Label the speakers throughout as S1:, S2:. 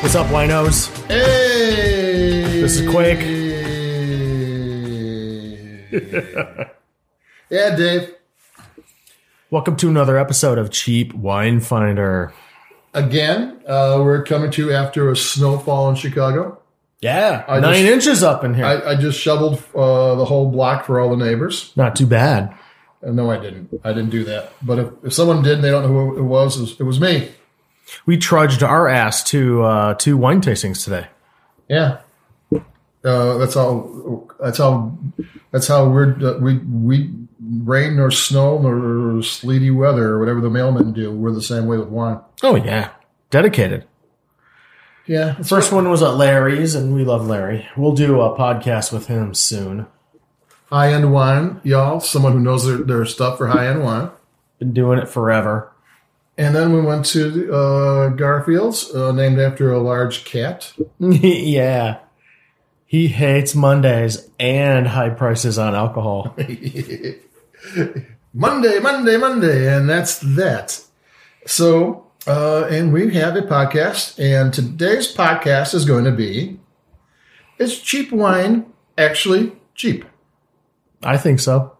S1: What's up, winos?
S2: Hey!
S1: This is Quake.
S2: yeah, Dave.
S1: Welcome to another episode of Cheap Wine Finder.
S2: Again, uh, we're coming to you after a snowfall in Chicago.
S1: Yeah,
S2: I
S1: nine
S2: just-
S1: inches up in here.
S2: I, I just shoveled uh, the whole block for all the neighbors.
S1: Not too bad.
S2: Uh, no, I didn't. I didn't do that. But if, if someone did and they don't know who it was, it was, it was me.
S1: We trudged our ass to uh, two wine tastings today.
S2: Yeah. Uh, that's how. That's how. That's how we're uh, we we rain nor snow nor sleety weather or whatever the mailmen do. We're the same way with wine.
S1: Oh yeah, dedicated.
S2: Yeah, it's
S1: First one was at Larry's, and we love Larry. We'll do a podcast with him soon.
S2: high end wine, y'all. Someone who knows their, their stuff for high end wine.
S1: Been doing it forever.
S2: And then we went to uh, Garfield's, uh, named after a large cat.
S1: yeah, he hates Mondays and high prices on alcohol.
S2: Monday, Monday, Monday, and that's that. So, uh, and we have a podcast, and today's podcast is going to be Is cheap wine actually cheap?
S1: I think so.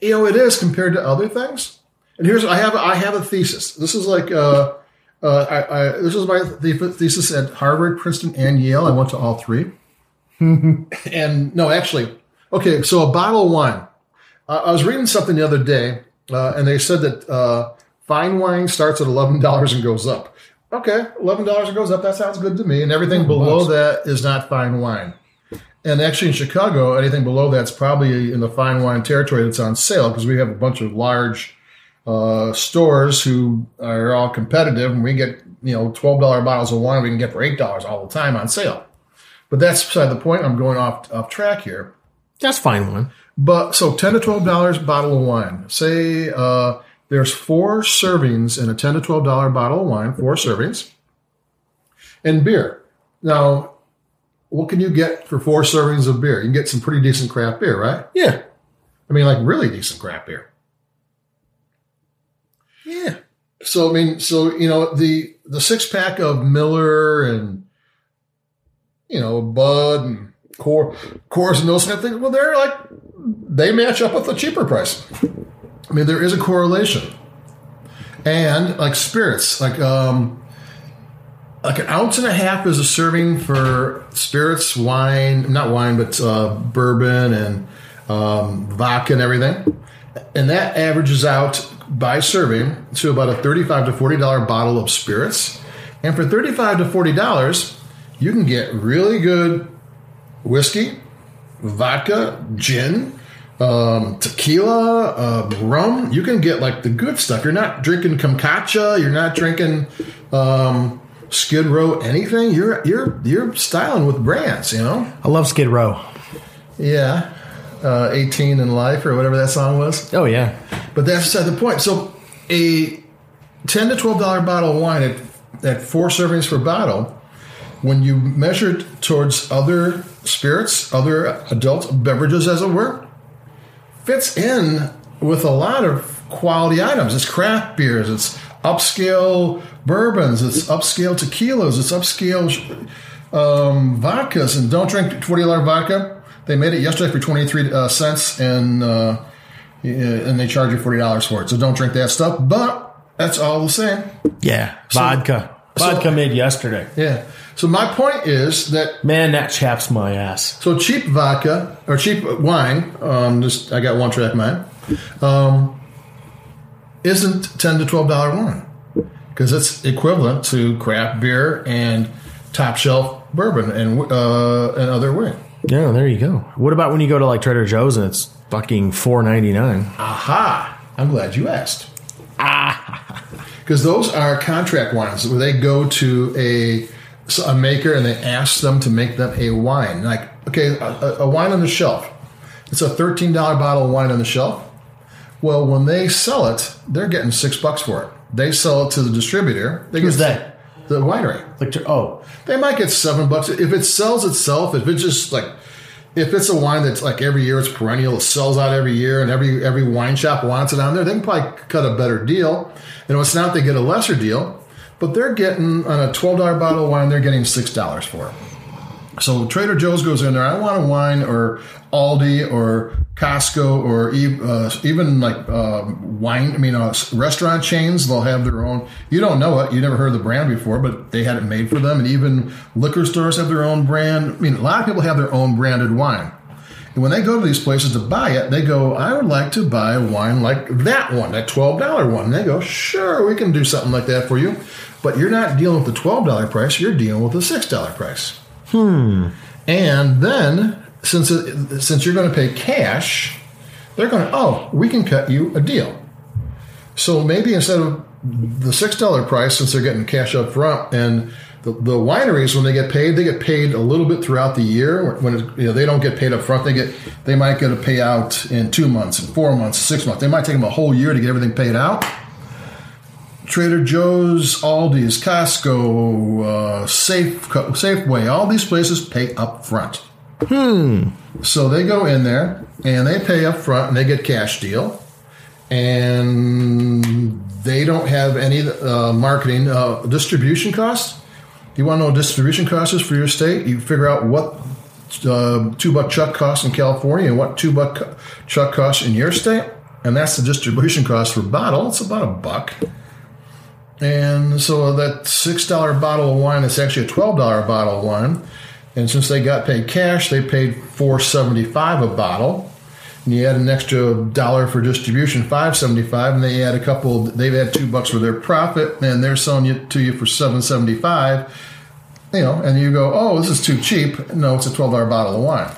S2: You know, it is compared to other things. And here's I have I have a thesis. This is like uh, uh, I, I, this is my the- thesis at Harvard, Princeton, and Yale. I went to all three. and no, actually, okay. So a bottle of wine. I I was reading something the other day, uh, and they said that uh, fine wine starts at eleven dollars and goes up. Okay, eleven dollars and goes up. That sounds good to me. And everything below that is not fine wine. And actually, in Chicago, anything below that's probably in the fine wine territory that's on sale because we have a bunch of large uh, stores who are all competitive, and we get you know twelve dollar bottles of wine we can get for eight dollars all the time on sale. But that's beside the point. I'm going off off track here.
S1: That's fine one.
S2: But so ten to twelve dollars bottle of wine. Say uh, there's four servings in a ten to twelve dollar bottle of wine. Four servings, and beer. Now, what can you get for four servings of beer? You can get some pretty decent craft beer, right?
S1: Yeah,
S2: I mean, like really decent craft beer.
S1: yeah.
S2: So I mean, so you know the the six pack of Miller and you know Bud and Core Coors and those kind of things. Well, they're like they match up with the cheaper price. I mean, there is a correlation, and like spirits, like um, like an ounce and a half is a serving for spirits, wine, not wine, but uh, bourbon and um, vodka and everything. And that averages out by serving to about a thirty-five to forty-dollar bottle of spirits. And for thirty-five to forty dollars, you can get really good whiskey, vodka, gin, um, tequila, uh, rum. You can get like the good stuff. You're not drinking komkacha. You're not drinking um, Skid Row anything. You're you're you're styling with brands. You know.
S1: I love Skid Row.
S2: Yeah. Uh, 18 in life or whatever that song was.
S1: Oh yeah.
S2: But that's beside the point. So a ten to twelve dollar bottle of wine at at four servings per bottle, when you measure it towards other spirits, other adult beverages, as it were, fits in with a lot of quality items. It's craft beers. It's upscale bourbons. It's upscale tequilas. It's upscale um, vodkas. And don't drink twenty dollar vodka. They made it yesterday for twenty three uh, cents and. Uh, yeah, uh, and they charge you forty dollars for it. So don't drink that stuff. But that's all the same.
S1: Yeah, vodka.
S2: so-
S1: Vodka made yesterday.
S2: Yeah. So my point is that
S1: Man, that chaps my ass.
S2: so cheap vodka or cheap wine. Um, just I got one track mind. Um, isn't ten to twelve dollar wine because it's equivalent to craft beer and top shelf bourbon and uh, and other wine.
S1: Yeah, there you go. What about when you go to like Trader Joe's and it's fucking four ninety nine?
S2: Aha! I'm glad you asked. Because those are contract wines where they go to a, so a maker and they ask them to make them a wine. Like, okay, a, a- a wine on the shelf. It's a $13 bottle of wine on the shelf. Well, when they sell it, they're getting six bucks for it. They sell it to the distributor. They
S1: Who's
S2: get-
S1: that?
S2: The winery.
S1: Like, to- oh,
S2: They might get seven bucks if it sells itself. If it's just like, if it's a wine that's like every year it's perennial, it sells out every year, and every every wine shop wants it on there, they can probably cut a better deal. And if it's not, they get a lesser deal. but they're getting on a twelve dollar bottle of wine, they're getting six dollars for it. So Trader Joe's goes in there. I want a wine, or Aldi, or Costco, or e- uh, even like uh, wine. I mean, uh, s- restaurant chains. They'll have their own. You don't know it. You never heard of the brand before, but they had it made for them. And even liquor stores have their own brand. I mean, a lot of people have their own branded wine. And when they go to these places to buy it, they go, I would like to buy wine like that one, that $12 one. And they go, sure, we can do something like that for you. But you're not dealing with the $12 price, you're dealing with the $6 price. Hmm. And then, since, it, since you're going to pay cash, they're going to, oh, we can cut you a deal. So maybe instead of the $6 price, since they're getting cash up front and the, the wineries, when they get paid, they get paid a little bit throughout the year. When it, you know, they don't get paid up front, they get they might get a payout in two months, in four months, six months. They might take them a whole year to get everything paid out. Trader Joe's, Aldi's, Costco, uh, Safe Safeway, all these places pay up front. Hmm. So they go in there and they pay up front and they get cash deal and they don't have any uh, marketing uh, distribution costs. You want to know what distribution costs is for your state? You figure out what uh, two buck chuck costs in California and what two buck cu- chuck costs in your state, and that's the distribution cost for bottle. It's about a buck. And so that six dollar bottle of wine is actually a twelve dollar bottle of wine. And since they got paid cash, they paid four seventy five a bottle. And you add an extra dollar for distribution, five seventy five, and they add a couple. They've had two bucks for their profit, and they're selling it to you for seven seventy five. You know, and you go, oh, this is too cheap. No, it's a twelve dollar bottle of wine.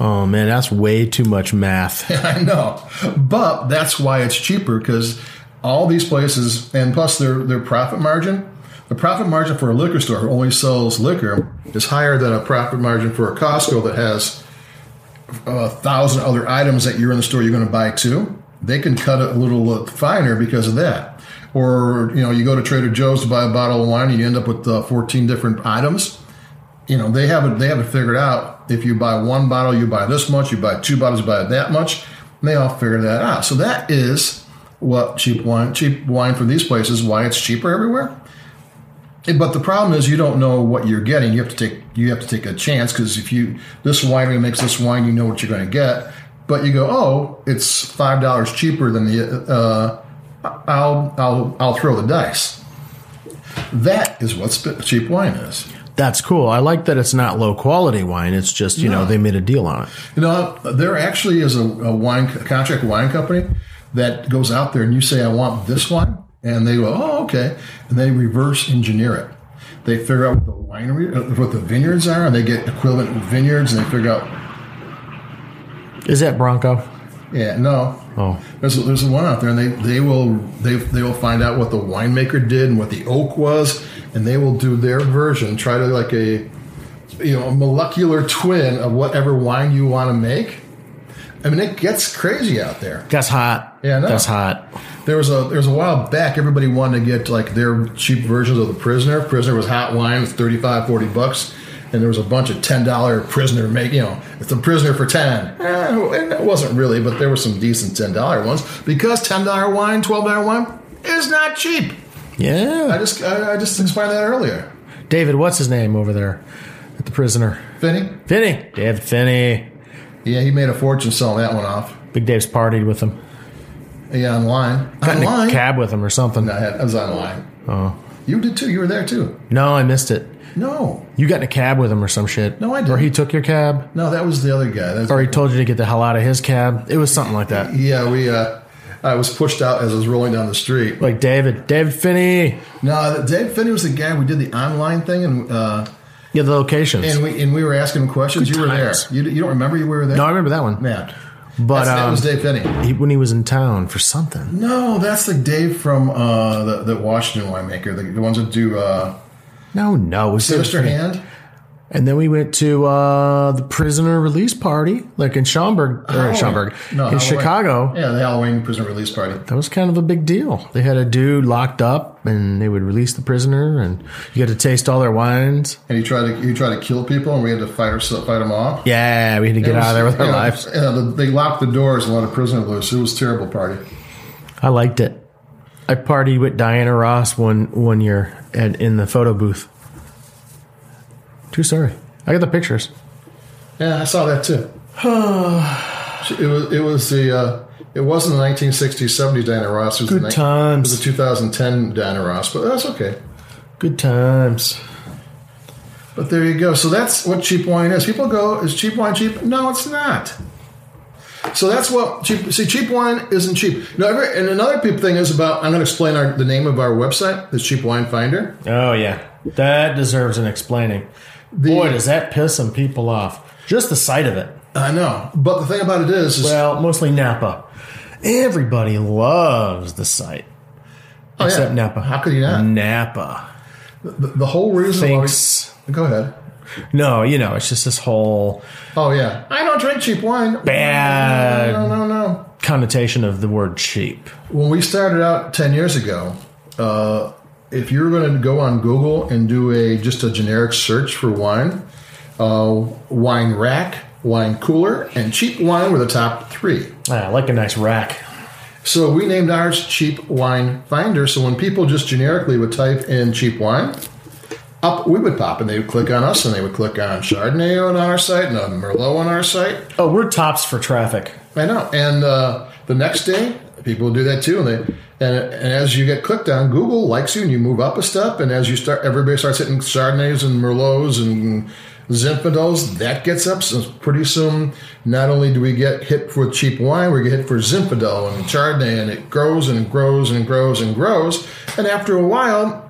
S1: Oh man, that's way too much math.
S2: I know, but that's why it's cheaper because all these places, and plus their their profit margin, the profit margin for a liquor store who only sells liquor is higher than a profit margin for a Costco that has uh, a thousand other items that you're in the store you're going to buy too. They can cut it a little uh, finer because of that. Or you know, you go to Trader Joe's to buy a bottle of wine, and you end up with uh, 14 different items you know they haven't they haven't figured out if you buy one bottle you buy this much you buy two bottles you buy that much and they all figure that out so that is what cheap wine cheap wine from these places why it's cheaper everywhere Eh, but the problem is you don't know what you're getting you have to take you have to take a chance because if you this winery makes this wine you know what you're going to get but you go oh it's five dollars cheaper than the uh, I'll I'll I'll throw the dice that is what sp- cheap wine is
S1: That's cool. I like that it's not low quality wine. It's just, you know,
S2: No.
S1: they made a deal on it.
S2: You know, there actually is a, a wine a contract wine company that goes out there and you say, I want this wine. And they go, oh, okay. And they reverse engineer it. They figure out what the winery, uh, what the vineyards are, and they get equivalent vineyards, and they figure out,
S1: Is that Bronco?
S2: yeah, no,
S1: Oh.
S2: there's there's one out there, and they they will they they will find out what the winemaker did and what the oak was, and they will do their version, try to like a you know a molecular twin of whatever wine you want to make. I mean, it gets crazy out there.
S1: That's hot.
S2: Yeah, I know.
S1: That's hot.
S2: There was a there was a while back everybody wanted to get like their cheap versions of the prisoner. Prisoner was hot wine, it's 35, 40 bucks. And there was a bunch of ten dollar prisoner make you know, it's a prisoner for ten. Eh, and it wasn't really, but there were some decent ten dollar ones because ten dollar wine, twelve dollar wine is not cheap. I
S1: Yeah.
S2: just I, I just explained that earlier.
S1: David, what's his name over there at the prisoner?
S2: Finney,
S1: Finney. David Finney.
S2: yeah, he made a fortune selling that one off.
S1: Big Dave's partied with him.
S2: Yeah, online,
S1: Got in
S2: online.
S1: a cab with him or something.
S2: I, had, I was online.
S1: Oh.
S2: You did too. You were there too.
S1: No, I missed it.
S2: No,
S1: You got in a cab with him or some shit.
S2: No, I didn't.
S1: Or he took your cab.
S2: no, that was the other guy. That's
S1: Or he told you to get the hell out of his cab. It was something like that.
S2: Yeah, we. Uh, I was pushed out as I was rolling down the street.
S1: Like David, David Finney.
S2: No, Dave Finney was the guy. We did the online thing, and uh,
S1: Yeah, the locations.
S2: and we and we were asking him questions.
S1: Good
S2: you were
S1: times.
S2: there. You, you don't remember you were there?
S1: no, I remember that one.
S2: man.
S1: But
S2: That's- that
S1: um,
S2: was Dave Finney.
S1: he, when he was in town for something.
S2: No, that's the Dave from uh, the, the Washington winemaker, the, the ones that do uh,
S1: No, no, it was David
S2: Sinister
S1: Finney.
S2: Hand.
S1: And then we went to uh, the prisoner release party, like in Schaumburg or in
S2: Halloween.
S1: Schaumburg
S2: Oh. No,
S1: in
S2: Halloween.
S1: Chicago.
S2: Yeah, the Halloween prison release party.
S1: That was kind of a big deal. They had a dude locked up, and they would release the prisoner, and you got to taste all their wines.
S2: And he tried to he tried to kill people, and we had to fight or fight him off.
S1: Yeah, we had to get out of there with our lives.
S2: Yeah, they locked the doors and let a prisoner loose. It was a terrible party.
S1: I liked it. I I partied with Diana Ross one one year at, in the photo booth. True story. I got the pictures.
S2: Yeah, I saw that too. it was it was the uh, it wasn't the 1960s 70s Diana Ross. It was
S1: Good
S2: the, nine- it was
S1: times.
S2: the 2010 Diana Ross, but that's okay.
S1: Good times.
S2: But there you go. So that's what cheap wine is. People go, is cheap wine cheap? No, it's not. So that's what cheap. See, cheap wine isn't cheap. Now, every, and another peop thing is about. I'm going to explain our, the name of our website, the Cheap Wine Finder.
S1: Oh yeah, that deserves an explaining. Boy, does that piss some people off. Just the sight of it.
S2: I know, but the thing about it is, is
S1: Well, mostly Napa. Everybody loves the site,
S2: oh, yeah.
S1: except Napa.
S2: How could you not?
S1: Napa
S2: The, the whole reason. why we-
S1: thinks.
S2: go ahead.
S1: No, you know, it's just this whole
S2: Oh yeah, I don't drink cheap wine.
S1: bad
S2: No, no, no.
S1: connotation of the word cheap.
S2: When we started out ten years ago, uh, if you were going to go on Google and do a just a generic search for wine, uh, wine rack, wine cooler, and cheap wine were the top three.
S1: Ah, I like a nice rack.
S2: So we named ours Cheap Wine Finder. So when people just generically would type in cheap wine, up we would pop, and they would click on us, and they would click on Chardonnay on our site, and a Merlot on our site,
S1: Oh, we're tops for traffic.
S2: I know. And uh, the next day, people do that too. And they and, and as you get clicked on, Google likes you, and you move up a step. And as you start, everybody starts hitting Chardonnays and Merlots and Zinfandels. That gets up. So pretty soon, not only do we get hit for cheap wine, we get hit for Zinfandel and Chardonnay, and it grows and grows and grows and grows. And after a while,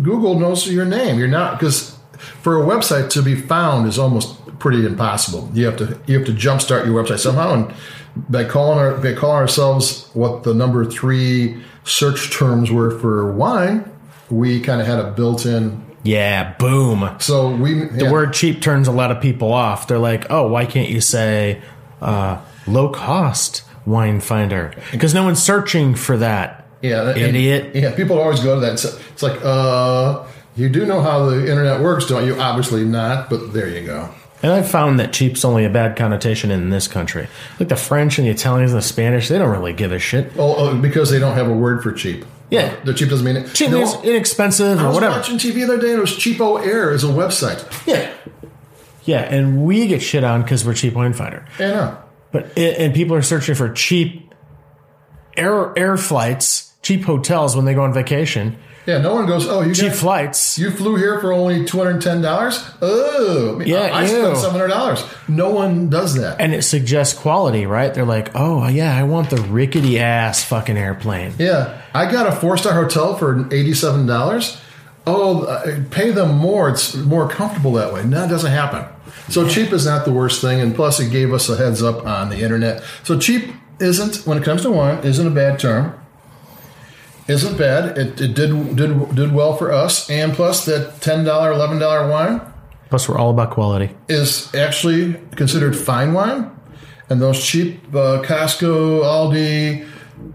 S2: Google knows your name. You're not because for a website to be found is almost pretty impossible. You have to you have to jumpstart your website somehow, and by calling our by calling ourselves what the number three search terms were for wine, we kind of had a built-in.
S1: Yeah, boom.
S2: So we
S1: The word cheap turns a lot of people off. They're like, oh, why can't you say uh, low cost wine finder? Because no one's searching for that.
S2: yeah and-
S1: Idiot.
S2: yeah people always go to that. And so, it's like uh, you do know how the internet works, don't you? Obviously not, but there you go.
S1: And I've found that cheap's only a bad connotation in this country. Like the French and the Italians and the Spanish, they don't really give a shit.
S2: Oh, oh, because they don't have a word for cheap.
S1: Yeah.
S2: the cheap doesn't mean it.
S1: Cheap
S2: No.
S1: means inexpensive
S2: I
S1: or
S2: was
S1: whatever.
S2: watching TV the other day and it was Cheapo Air is a website.
S1: Yeah. Yeah, and we get shit on because we're cheap wine finder.
S2: And uh,
S1: But and people are searching for cheap air air flights, cheap hotels when they go on vacation,
S2: yeah, no one goes, oh, you
S1: cheap
S2: got,
S1: flights.
S2: you flew here for only two hundred ten dollars. Oh, I mean,
S1: Yeah,
S2: I, I
S1: ew.
S2: spent seven hundred dollars. No one does that.
S1: and it suggests quality, right? They're like, "Oh, yeah, I want the rickety ass fucking airplane."
S2: yeah, I got a four star hotel for eighty seven dollars. Oh, uh, pay them more. It's more comfortable that way. No, it doesn't happen. So cheap is not the worst thing, and plus it gave us a heads up on the internet. So cheap isn't when it comes to wine isn't a bad term. isn't bad. It, it did did did well for us, and plus that ten dollar, eleven dollar wine
S1: Plus, we're all about quality.
S2: is actually considered fine wine, and those cheap uh, Costco, Aldi,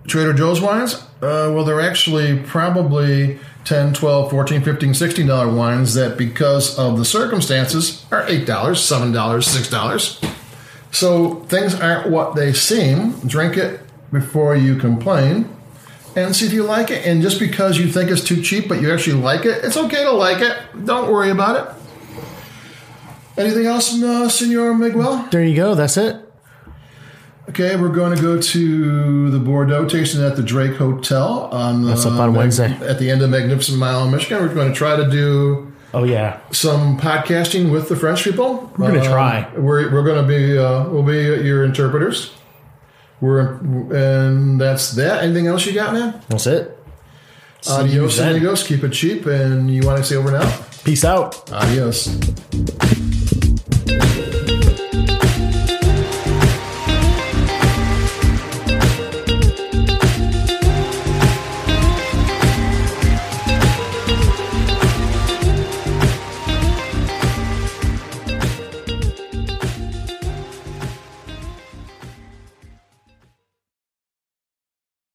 S2: Trader Joe's wines, uh, well, they're actually probably 10 12 14 15 16 dollar wines that because of the circumstances are eight dollars seven dollars six dollars so things aren't what they seem drink it before you complain and see if you like it. And just because you think it's too cheap, but you actually like it, it's okay to like it. Don't worry about it. Anything else, uh, Senor Miguel?
S1: There you go. That's it.
S2: Okay, we're going to go to the Bordeaux tasting at the Drake Hotel on uh,
S1: That's up on Wednesday.
S2: at the end of Magnificent Mile in Michigan. We're going to try to do
S1: Oh yeah,
S2: some podcasting with the French people. We're
S1: gonna try.
S2: We're, we're going to be uh, we'll be your interpreters. We're and that's that. Anything else you got, man?
S1: that's it. See you
S2: Adios,
S1: then.
S2: amigos. Keep it cheap, and you want to say over now?
S1: Peace out.
S2: Adios.